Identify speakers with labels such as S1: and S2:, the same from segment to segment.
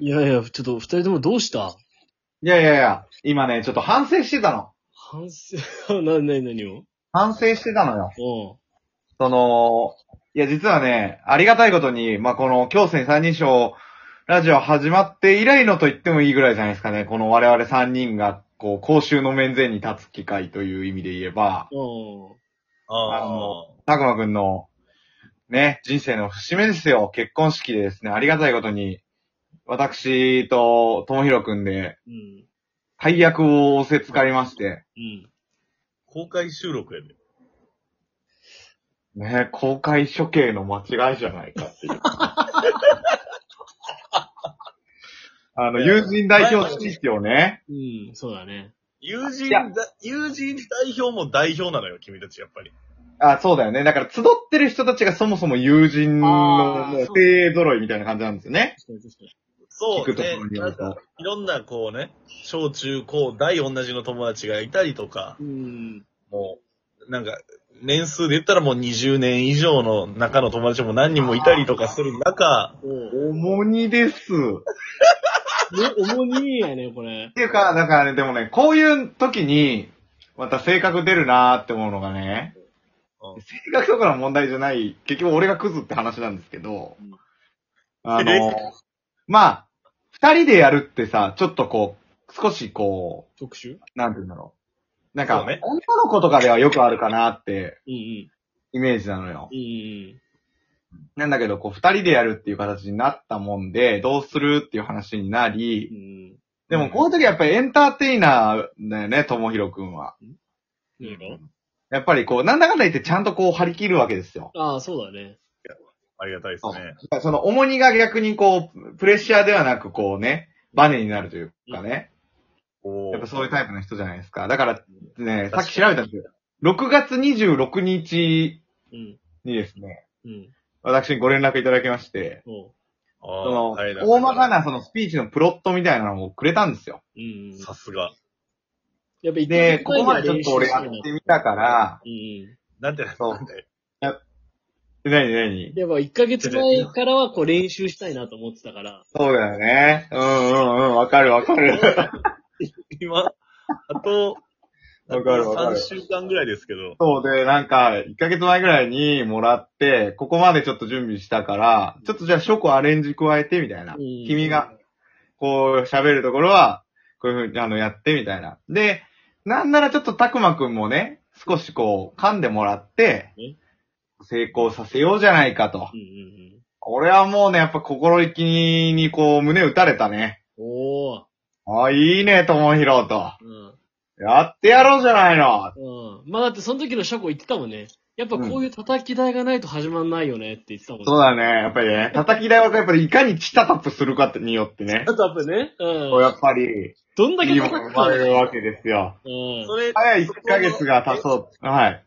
S1: いやいや、ちょっと二人ともどうした
S2: いやいやいや、今ね、ちょっと反省してたの。
S1: 反省、 な、な、何を
S2: 反省してたのよ。
S1: おう
S2: その、いや実はね、ありがたいことに、まあ、この、京戦三人称、ラジオ始まって以来のと言ってもいいぐらいじゃないですかね。この我々三人が、こう、公衆の面前に立つ機会という意味で言えば、
S1: おう
S2: あのたくまくんの、ね、人生の節目ですよ。結婚式でですね、ありがたいことに、私と、ともひろくんで、
S1: うん。
S2: 大役を仰せつかりまして、
S1: うん。
S3: 公開収録やで。
S2: ね、公開処刑の間違いじゃないかっていう。あの、友人代表式をね、
S1: うん、そうだね。
S3: 友人
S2: いや
S3: だ、友人代表も代表なのよ、君たち、やっぱり。
S2: あ、そうだよね。だから、集ってる人たちがそもそも友人の、
S1: あー
S2: もう
S1: そう、
S2: 手揃いみたいな感じなんですよね。
S1: 確かに確かに。
S3: そ
S2: 聞
S3: う
S2: くとこ
S3: ね
S2: ろに。よ
S3: なん
S2: る
S3: か
S2: と。
S3: いろんな、こうね、小中高大同じの友達がいたりとか、
S1: うん。
S3: もう、なんか、年数で言ったらもう20年以上の中の友達も何人もいたりとかする中、
S1: おう
S2: 重荷です。っ
S1: ね、重にやね、これ。
S2: ていうか、だからね、でもね、こういう時に、また性格出るなーって思うのがね
S3: う、ん
S2: 性格とかの問題じゃない、結局俺がクズって話なんですけど
S1: うん、
S2: あの、まあ、二人でやるってさ、ちょっとこう、少しこ
S1: 特集
S2: う、なんて言うんだろう。なんか、
S3: そうね
S2: 女の子とかではよくあるかなって、
S1: うんうん。
S2: イメージなのよ
S1: う。ん
S2: なんだけど、こう、二人でやるっていう形になったもんで、どうするっていう話になり
S1: うん。う、ん。
S2: でもこういう時はやっぱりエンターテイナーだよね、ともひろくんは。
S1: いいの
S2: やっぱりこう、なんだかんだ言ってちゃんとこう張り切るわけですよ。
S1: ああ、そうだね。
S3: ありがたいですね。
S2: だからその重荷が逆にこう、プレッシャーではなくこうね、バネになるというかね。
S3: こ
S2: やっぱそういうタイプの人じゃないですか。だからね、さ
S3: 確か
S2: っ
S3: に
S2: き調べたんですけど、6月26日
S1: うん。
S2: にですね、
S1: うん。
S2: 私にご連絡いただきまして、
S1: おう
S2: そ
S3: あ
S2: の、
S3: ーありがたい
S2: 大まかなそのスピーチのプロットみたいなのをくれたんですよ。
S1: うん。
S3: さすが。
S1: やっぱ一
S2: で、ここまでちょっと俺やっ
S1: うん
S2: てみたから、
S1: うん。
S3: なんて、
S2: そう
S3: なんて。
S2: えなになに
S1: でも、1ヶ月前からはこう練習したいなと思ってたから。
S2: そうだよね。うんうんうん、わかるわかる。
S3: 今、あと、あ
S2: わ
S3: と
S2: かるわかる
S3: 3週間ぐらいですけど、
S2: そうで、なんか、1ヶ月前ぐらいにもらって、ここまでちょっと準備したから、ちょっとじゃあショコアレンジ加えてみたいな。
S1: うん
S2: 君が、こう喋るところは、こういうふうにあのやってみたいな。で、なんならちょっとたくまくんもね、少しこう噛んでもらって
S1: え、
S2: 成功させようじゃないかと
S1: う。んうん
S2: 俺はもうね、やっぱ心意気にこう胸打たれたね。
S1: うん。おー。
S2: あ、いいね、ともひろと。
S1: うん。
S2: やってやろうじゃないの。
S1: うん。まあだってその時の車庫言ってたもんね。やっぱこういう叩き台がないと始まんないよねって言ってたもんね。
S2: そうだね。やっぱりね、叩き台はやっぱりいかにチタタップするかによってね
S1: あ、とやっぱね。
S2: こう
S1: う
S2: や
S1: ん。
S2: っぱり、
S1: どんだ
S2: い
S1: け
S2: いもの
S1: 叩
S2: が
S1: く
S2: 生ま
S1: か。
S2: れるわけですよ。
S1: うん。
S3: それ、
S2: 早い1ヶ月が経そう。はい。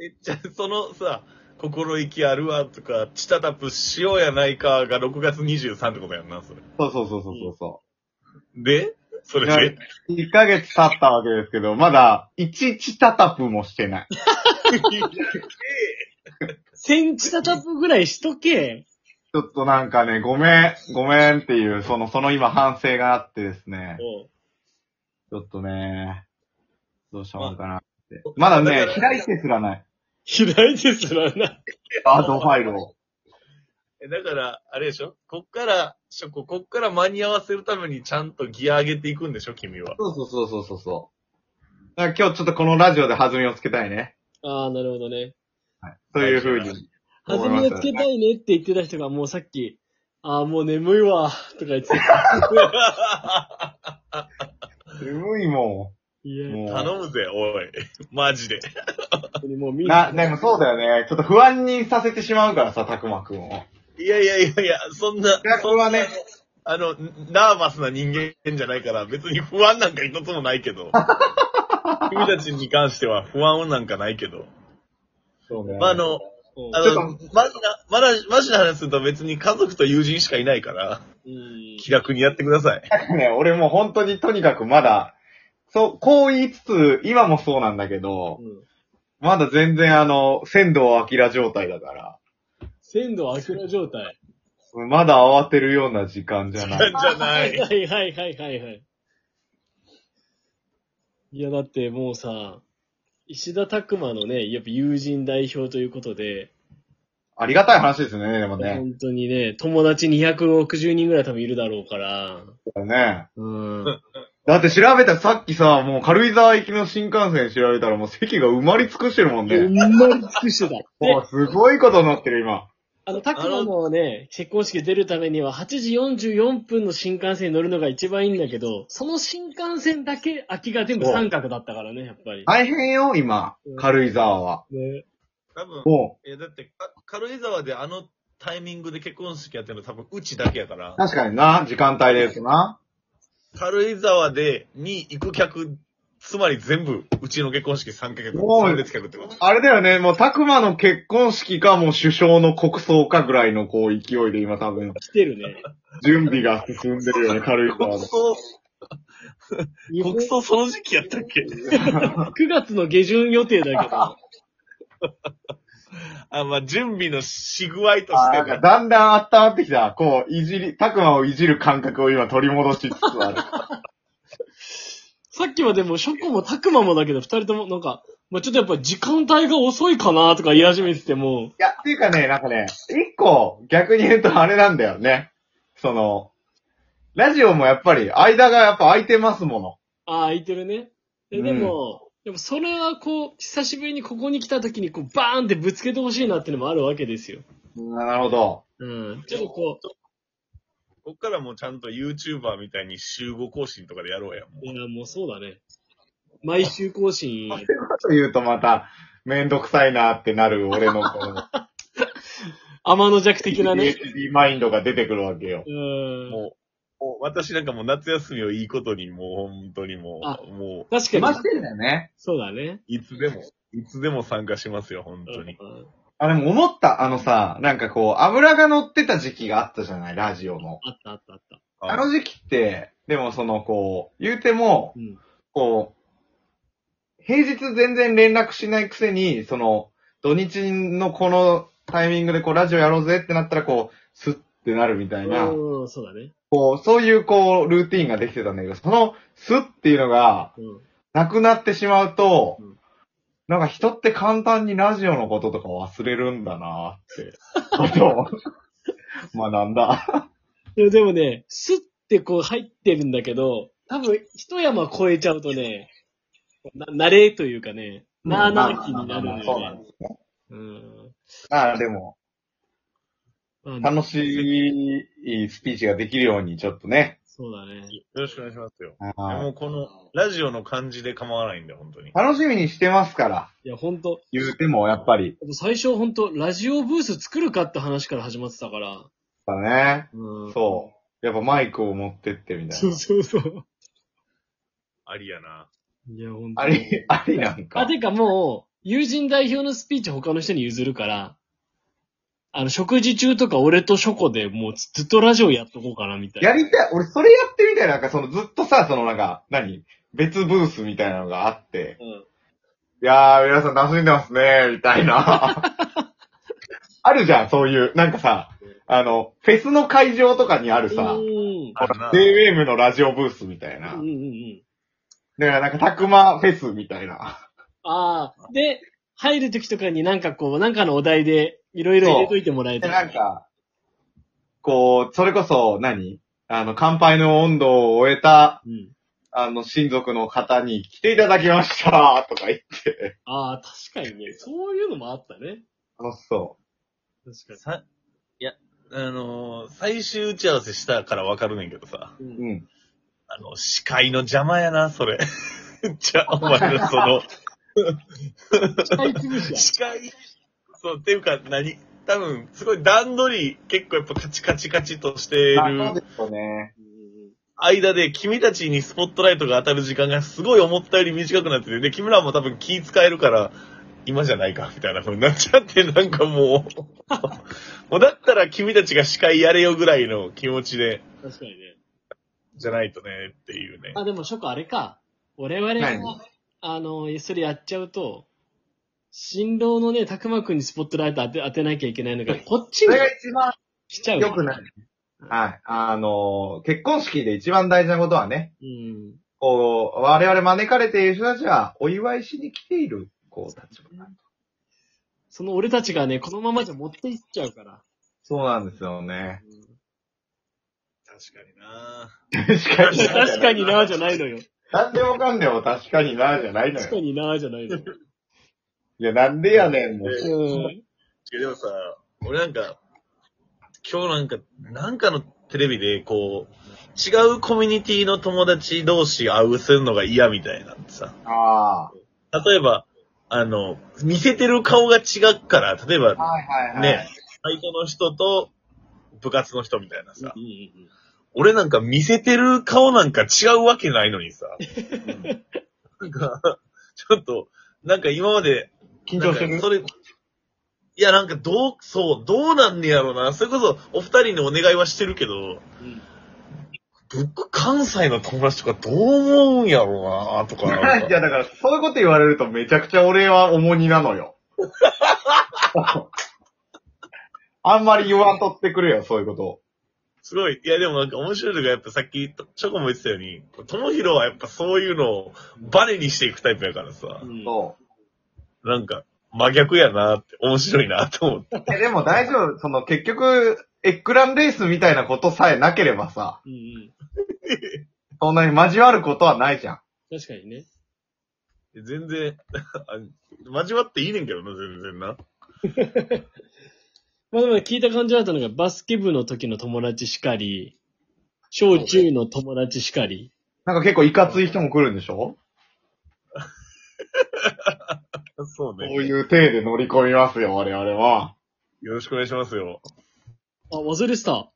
S3: え、じゃあ、そのさ、心意気あるわとか、チタタプしようやないかが6月23ってことやんな、それ。
S2: そうそうそうそうそうそ。
S3: でそうれ
S2: な
S3: で
S2: 1ヶ月経ったわけですけど、まだ、1チタタップもしてない。
S1: センチ叩くぐらいしとけ。
S2: ちょっとなんかね、ごめん、ごめんっていう、その、その今反省があってですね、
S1: おう
S2: ちょっとね、どうしたもんかなって。まだね
S3: だ、から
S2: 開いてすらない。
S1: 開いてすらな。
S2: アートファイルを。
S3: えだから、あれでしょこっから、しょここっから間に合わせるためにちゃんとギア上げていくんでしょ君は。
S2: そうそうそうそうそうそう。だから今日ちょっとこのラジオで弾みをつけたいね。
S1: ああ、なるほどね。
S2: というふうに。
S1: 弾みをつけたいねって言ってた人がもうさっき、ああ、もう眠いわ、とか言ってた。
S2: 眠いも
S1: い
S2: ん。
S1: や、
S2: も
S1: 本
S3: 頼むぜ、おい。マジで。
S1: 当にもう
S2: う。
S1: みん
S2: な、
S1: な。
S2: でもそうだよね。ちょっと不安にさせてしまうからさ、たくまくんを。
S3: いやいやいやいや、そんな、
S2: やこれ
S3: そんな
S2: はね、
S3: あの、ナーバスな人間じゃないから、別に不安なんか一つもない けど。君たちに関しては不安なんかないけど。
S2: そうね
S3: まあ、あ、の、
S1: うん
S3: あ
S2: ち
S3: の、マジな、まだ、マジな話すると別に家族と友人しかいないから、
S1: うん。
S3: 気楽にやってください。
S2: ね、俺もう本当にとにかくまだ、そう、こう言いつつ、今もそうなんだけど、
S1: うん
S2: まだ全然あの、鮮度を明ら状態だから。
S1: 鮮度はアキラ状態。
S2: まだ慌てるような時間じゃ ない。
S3: じゃな
S1: はい
S3: い。
S1: はいはいはいはいはい。いや、だってもうさ、石田拓馬のね、やっぱ友人代表ということで、
S2: ありがたい話ですね、でもね。
S1: 本当にね、友達260人ぐらい多分いるだろうから、
S2: ね
S1: うん。
S2: だって調べたらさっきさ、もう軽井沢行きの新幹線調べたらもう席が埋まり尽くしてるもん
S1: う
S2: ね。
S1: まり尽くしてた。
S2: も
S1: で、
S2: うすごいことになってる今。
S1: あの、拓馬のね、結婚式出るためには8時44分の新幹線に乗るのが一番いいんだけど、その新幹線だけ空きが全部三角だったからね、やっぱり。
S2: 大変よ、今。軽井沢は。
S1: ね
S3: 多分、
S2: も
S3: え、だって、か軽井沢であのタイミングで結婚式やってるの多分うちだけやから
S2: う、、確かにな、時間帯ですな。
S3: 軽井沢で、に行く客、つまり全部、うちの結婚式参加客、
S2: おい
S3: 参列客ってこと。
S2: あれだよね、もう、たくまの結婚式か、もう首相の国葬かぐらいの、こう、勢いで今多分、
S1: 来てるね。
S2: 準備が進んでるよね、軽井沢
S3: 国
S2: で。
S3: 葬、国葬その時期やったっけ
S1: 9月の下旬予定だけど。
S3: あ、まあ、準備のし具合と
S2: あ
S3: し
S2: な
S3: て
S2: んか、だんだん温まってきた。こう、いじり、たくまをいじる感覚を今取り戻しつつある。
S1: さっきはでも、ショコもタクマもだけど、二人ともなんか、まあ、ちょっとやっぱ時間帯が遅いかなとか言い始めてても、
S2: いや、っていうかね、なんかね、一個逆に言うとあれなんだよね。その、ラジオもやっぱり間がやっぱ空いてますもの。
S1: ああ、空いてるね。ででも、でもそれはこう、久しぶりにここに来た時にこう、バーンってぶつけてほしいなっていうのもあるわけですよ。
S2: なるほど。
S1: うん。ちょっとこ
S3: こっからもうちゃんと YouTuber みたいに集合更新とかでやろうや。
S1: う、いや、もうそうだね。毎週更新。
S2: と言うとまた、めんどくさいなってなる俺 のこの、
S1: 天の弱的なね。
S2: PhD マインドが出てくるわけよ。
S1: うん。
S3: もう、もう私なんかもう夏休みをいいことに、もう本当にも
S1: あ
S3: う、も
S1: 確
S3: う、
S1: かに。
S2: してんだよね。
S1: そうだね。
S3: いつでも、いつでも参加しますよ、本当に。
S1: うん
S2: あ、でも思った、あのさ、なんかこう、油が乗ってた時期があったじゃない、ラジオの。
S1: あったあったあった。
S2: あの時期って、でもそのこう、言うても
S1: う、ん。
S2: こう、平日全然連絡しないくせに、その、土日のこのタイミングでこう、ラジオやろうぜってなったら、こう、スッってなるみたいな、
S1: うん、そうだね。
S2: こう、そういうこう、ルーティンができてたんだけど、その、スッっていうのが、
S1: うん。
S2: なくなってしまうと、
S1: うん
S2: なんか人って簡単にラジオのこととか忘れるんだなーって、ことを 学んだ。
S1: いやでもね、スッてこう入ってるんだけど、多分一山越えちゃうとね、な、慣れというかね、なあなあ気になるの
S2: そうなん
S1: よね。
S2: ですね。
S1: うん。
S2: ああ、でも、
S1: まあ
S2: 楽しいスピーチができるように、ちょっとね。
S1: そうだね。
S3: よろしくお願いしますよ。
S2: はい
S3: もうこの、ラジオの感じで構わないんだよ、本当に。
S2: 楽しみにしてますから。
S1: いや、ほんと、
S2: 言うても、やっぱり。
S1: 最初ほんと、ラジオブース作るかって話から始まってたから。
S2: だね。
S1: うん。
S2: そう。やっぱマイクを持ってってみたい
S1: そう
S2: な。
S1: そうそう。
S3: ありやな。
S1: いや、ほんと。
S2: あり、ありなん
S1: あ、
S2: か。
S1: てかもう、友人代表のスピーチ他の人に譲るから、あの、食事中とか俺とショコでもうずっとラジオやっとこうかな、みたいな。
S2: やりたい。俺、それやってみたい。なんか、その、ずっとさ、その、なんか、何別ブースみたいなのがあって。
S1: うん。
S2: いやー、皆さん楽しんでますね、みたい な。あるじゃん、そういう。なんかさ、あの、フェスの会場とかにあるさ
S1: う、ん。
S3: あるな。
S2: JWAVE のラジオブースみたいな
S1: うんう。んうん。
S2: だから、なんか、たくまフェスみたいな。
S1: ああ。で、入るときとかになんかこう、なんかのお題で、いろいろ入れといてもらえ
S2: で、
S1: た
S2: な
S1: ら
S2: んか、こう、それこそ何、あの、乾杯の温度を終えた、
S1: うん。
S2: あの、親族の方に来ていただきましたとか言って、
S1: ああ、確かにね。そういうのもあったね。
S2: 楽しそ
S1: 確か
S3: さ、いや、あのー最終打ち合わせしたからわかるねんけどさ、
S1: に。
S2: う。うん。
S3: あの、司会の邪魔やな、それ。 じゃあ、お前のそ の、
S1: 使い潰し
S3: 司会、そう、っていうか何多分、すごい段取り、結構やっぱカチカチカチとして
S2: あそう
S3: る
S2: ですよね。
S3: 間で、君たちにスポットライトが当たる時間がすごい思ったより短くなってて、で、君らも多分気使えるから、今じゃないか、みたいな風になっちゃって、なんかもう、もうだったら君たちが司会やれよぐらいの気持ちで、
S1: や。確かにね。
S3: じゃないとね、っていうね。
S1: あ、でも、ショコあれか。我々
S2: 何
S1: が、あの、それやっちゃうと、新郎のね、たくまくんにスポットライト当て当てなきゃいけないのが、こっち
S2: そ
S1: に
S2: れ、が一番
S1: 来ちゃう。
S2: よくない。はい。あの、結婚式で一番大事なことはね、
S1: うん。
S2: こう、我々招かれている人たちはお祝いしに来ている、こう、立場なんで
S1: その俺たちがね、このままじゃ持っていっちゃうから。
S2: そうなんですよね。
S3: 確か
S2: 確
S3: にな
S2: かに。
S1: 確かになーじゃないのよ。
S2: なんでもかんでも確かにな、じゃないの
S1: 確か
S2: よ。
S1: になーじゃないのよ。
S2: いや、なんでやねん、もう。
S1: うん。
S3: いやでもさ、俺なんか、今日なんか、なんかのテレビで、こう、違うコミュニティの友達同士会うするのが嫌みたいなんでさ。
S2: あ
S3: 例えば、あの、見せてる顔が違うから、例えば
S2: あ。、はいはいはい。
S3: ね、バイトの人と部活の人みたいなさ、
S1: うんうん
S3: 俺なんか見せてる顔なんか違うわけないの にさ、なんか、ちょっと、なんか今まで、
S2: 緊張して
S3: なん
S2: る
S3: かそれ、いやなんかどう、そう、どうなんねやろうな。それこそ、お二人にお願いはしてるけど、
S1: うん
S3: 僕、関西の友達とかどう思うんやろうな、とか なん
S2: いや、
S3: か。
S2: だから、そういうこと言われるとめちゃくちゃ俺は重荷なのよ。 あんまり言わんとってくれよ、そういうことを。
S3: すごい。いや、でもなんか面白いのが、やっぱさっき、チョコも言ってたように、ともひろはやっぱそういうのをバネにしていくタイプやからさ、
S1: うん
S2: そう。
S3: なんか、真逆やなって、面白いなと思って。
S2: えでも大丈夫、その結局、エッグランレースみたいなことさえなければさ、
S1: うんうん。
S2: そんなに交わることはないじゃん。
S1: 確かにね。
S3: 全然、 あ交わっていいねんけどな、全然な。
S1: まあでも聞いた感じだったのが、バスケ部の時の友達しかり、小中の友達しかり。
S2: なんか結構いかつい人も来るんでしょ
S3: そう
S2: こう
S3: ね。
S2: いう体で乗り込みますよ、我々は。
S3: よろしくお願いしますよ。
S1: あ、忘れてた。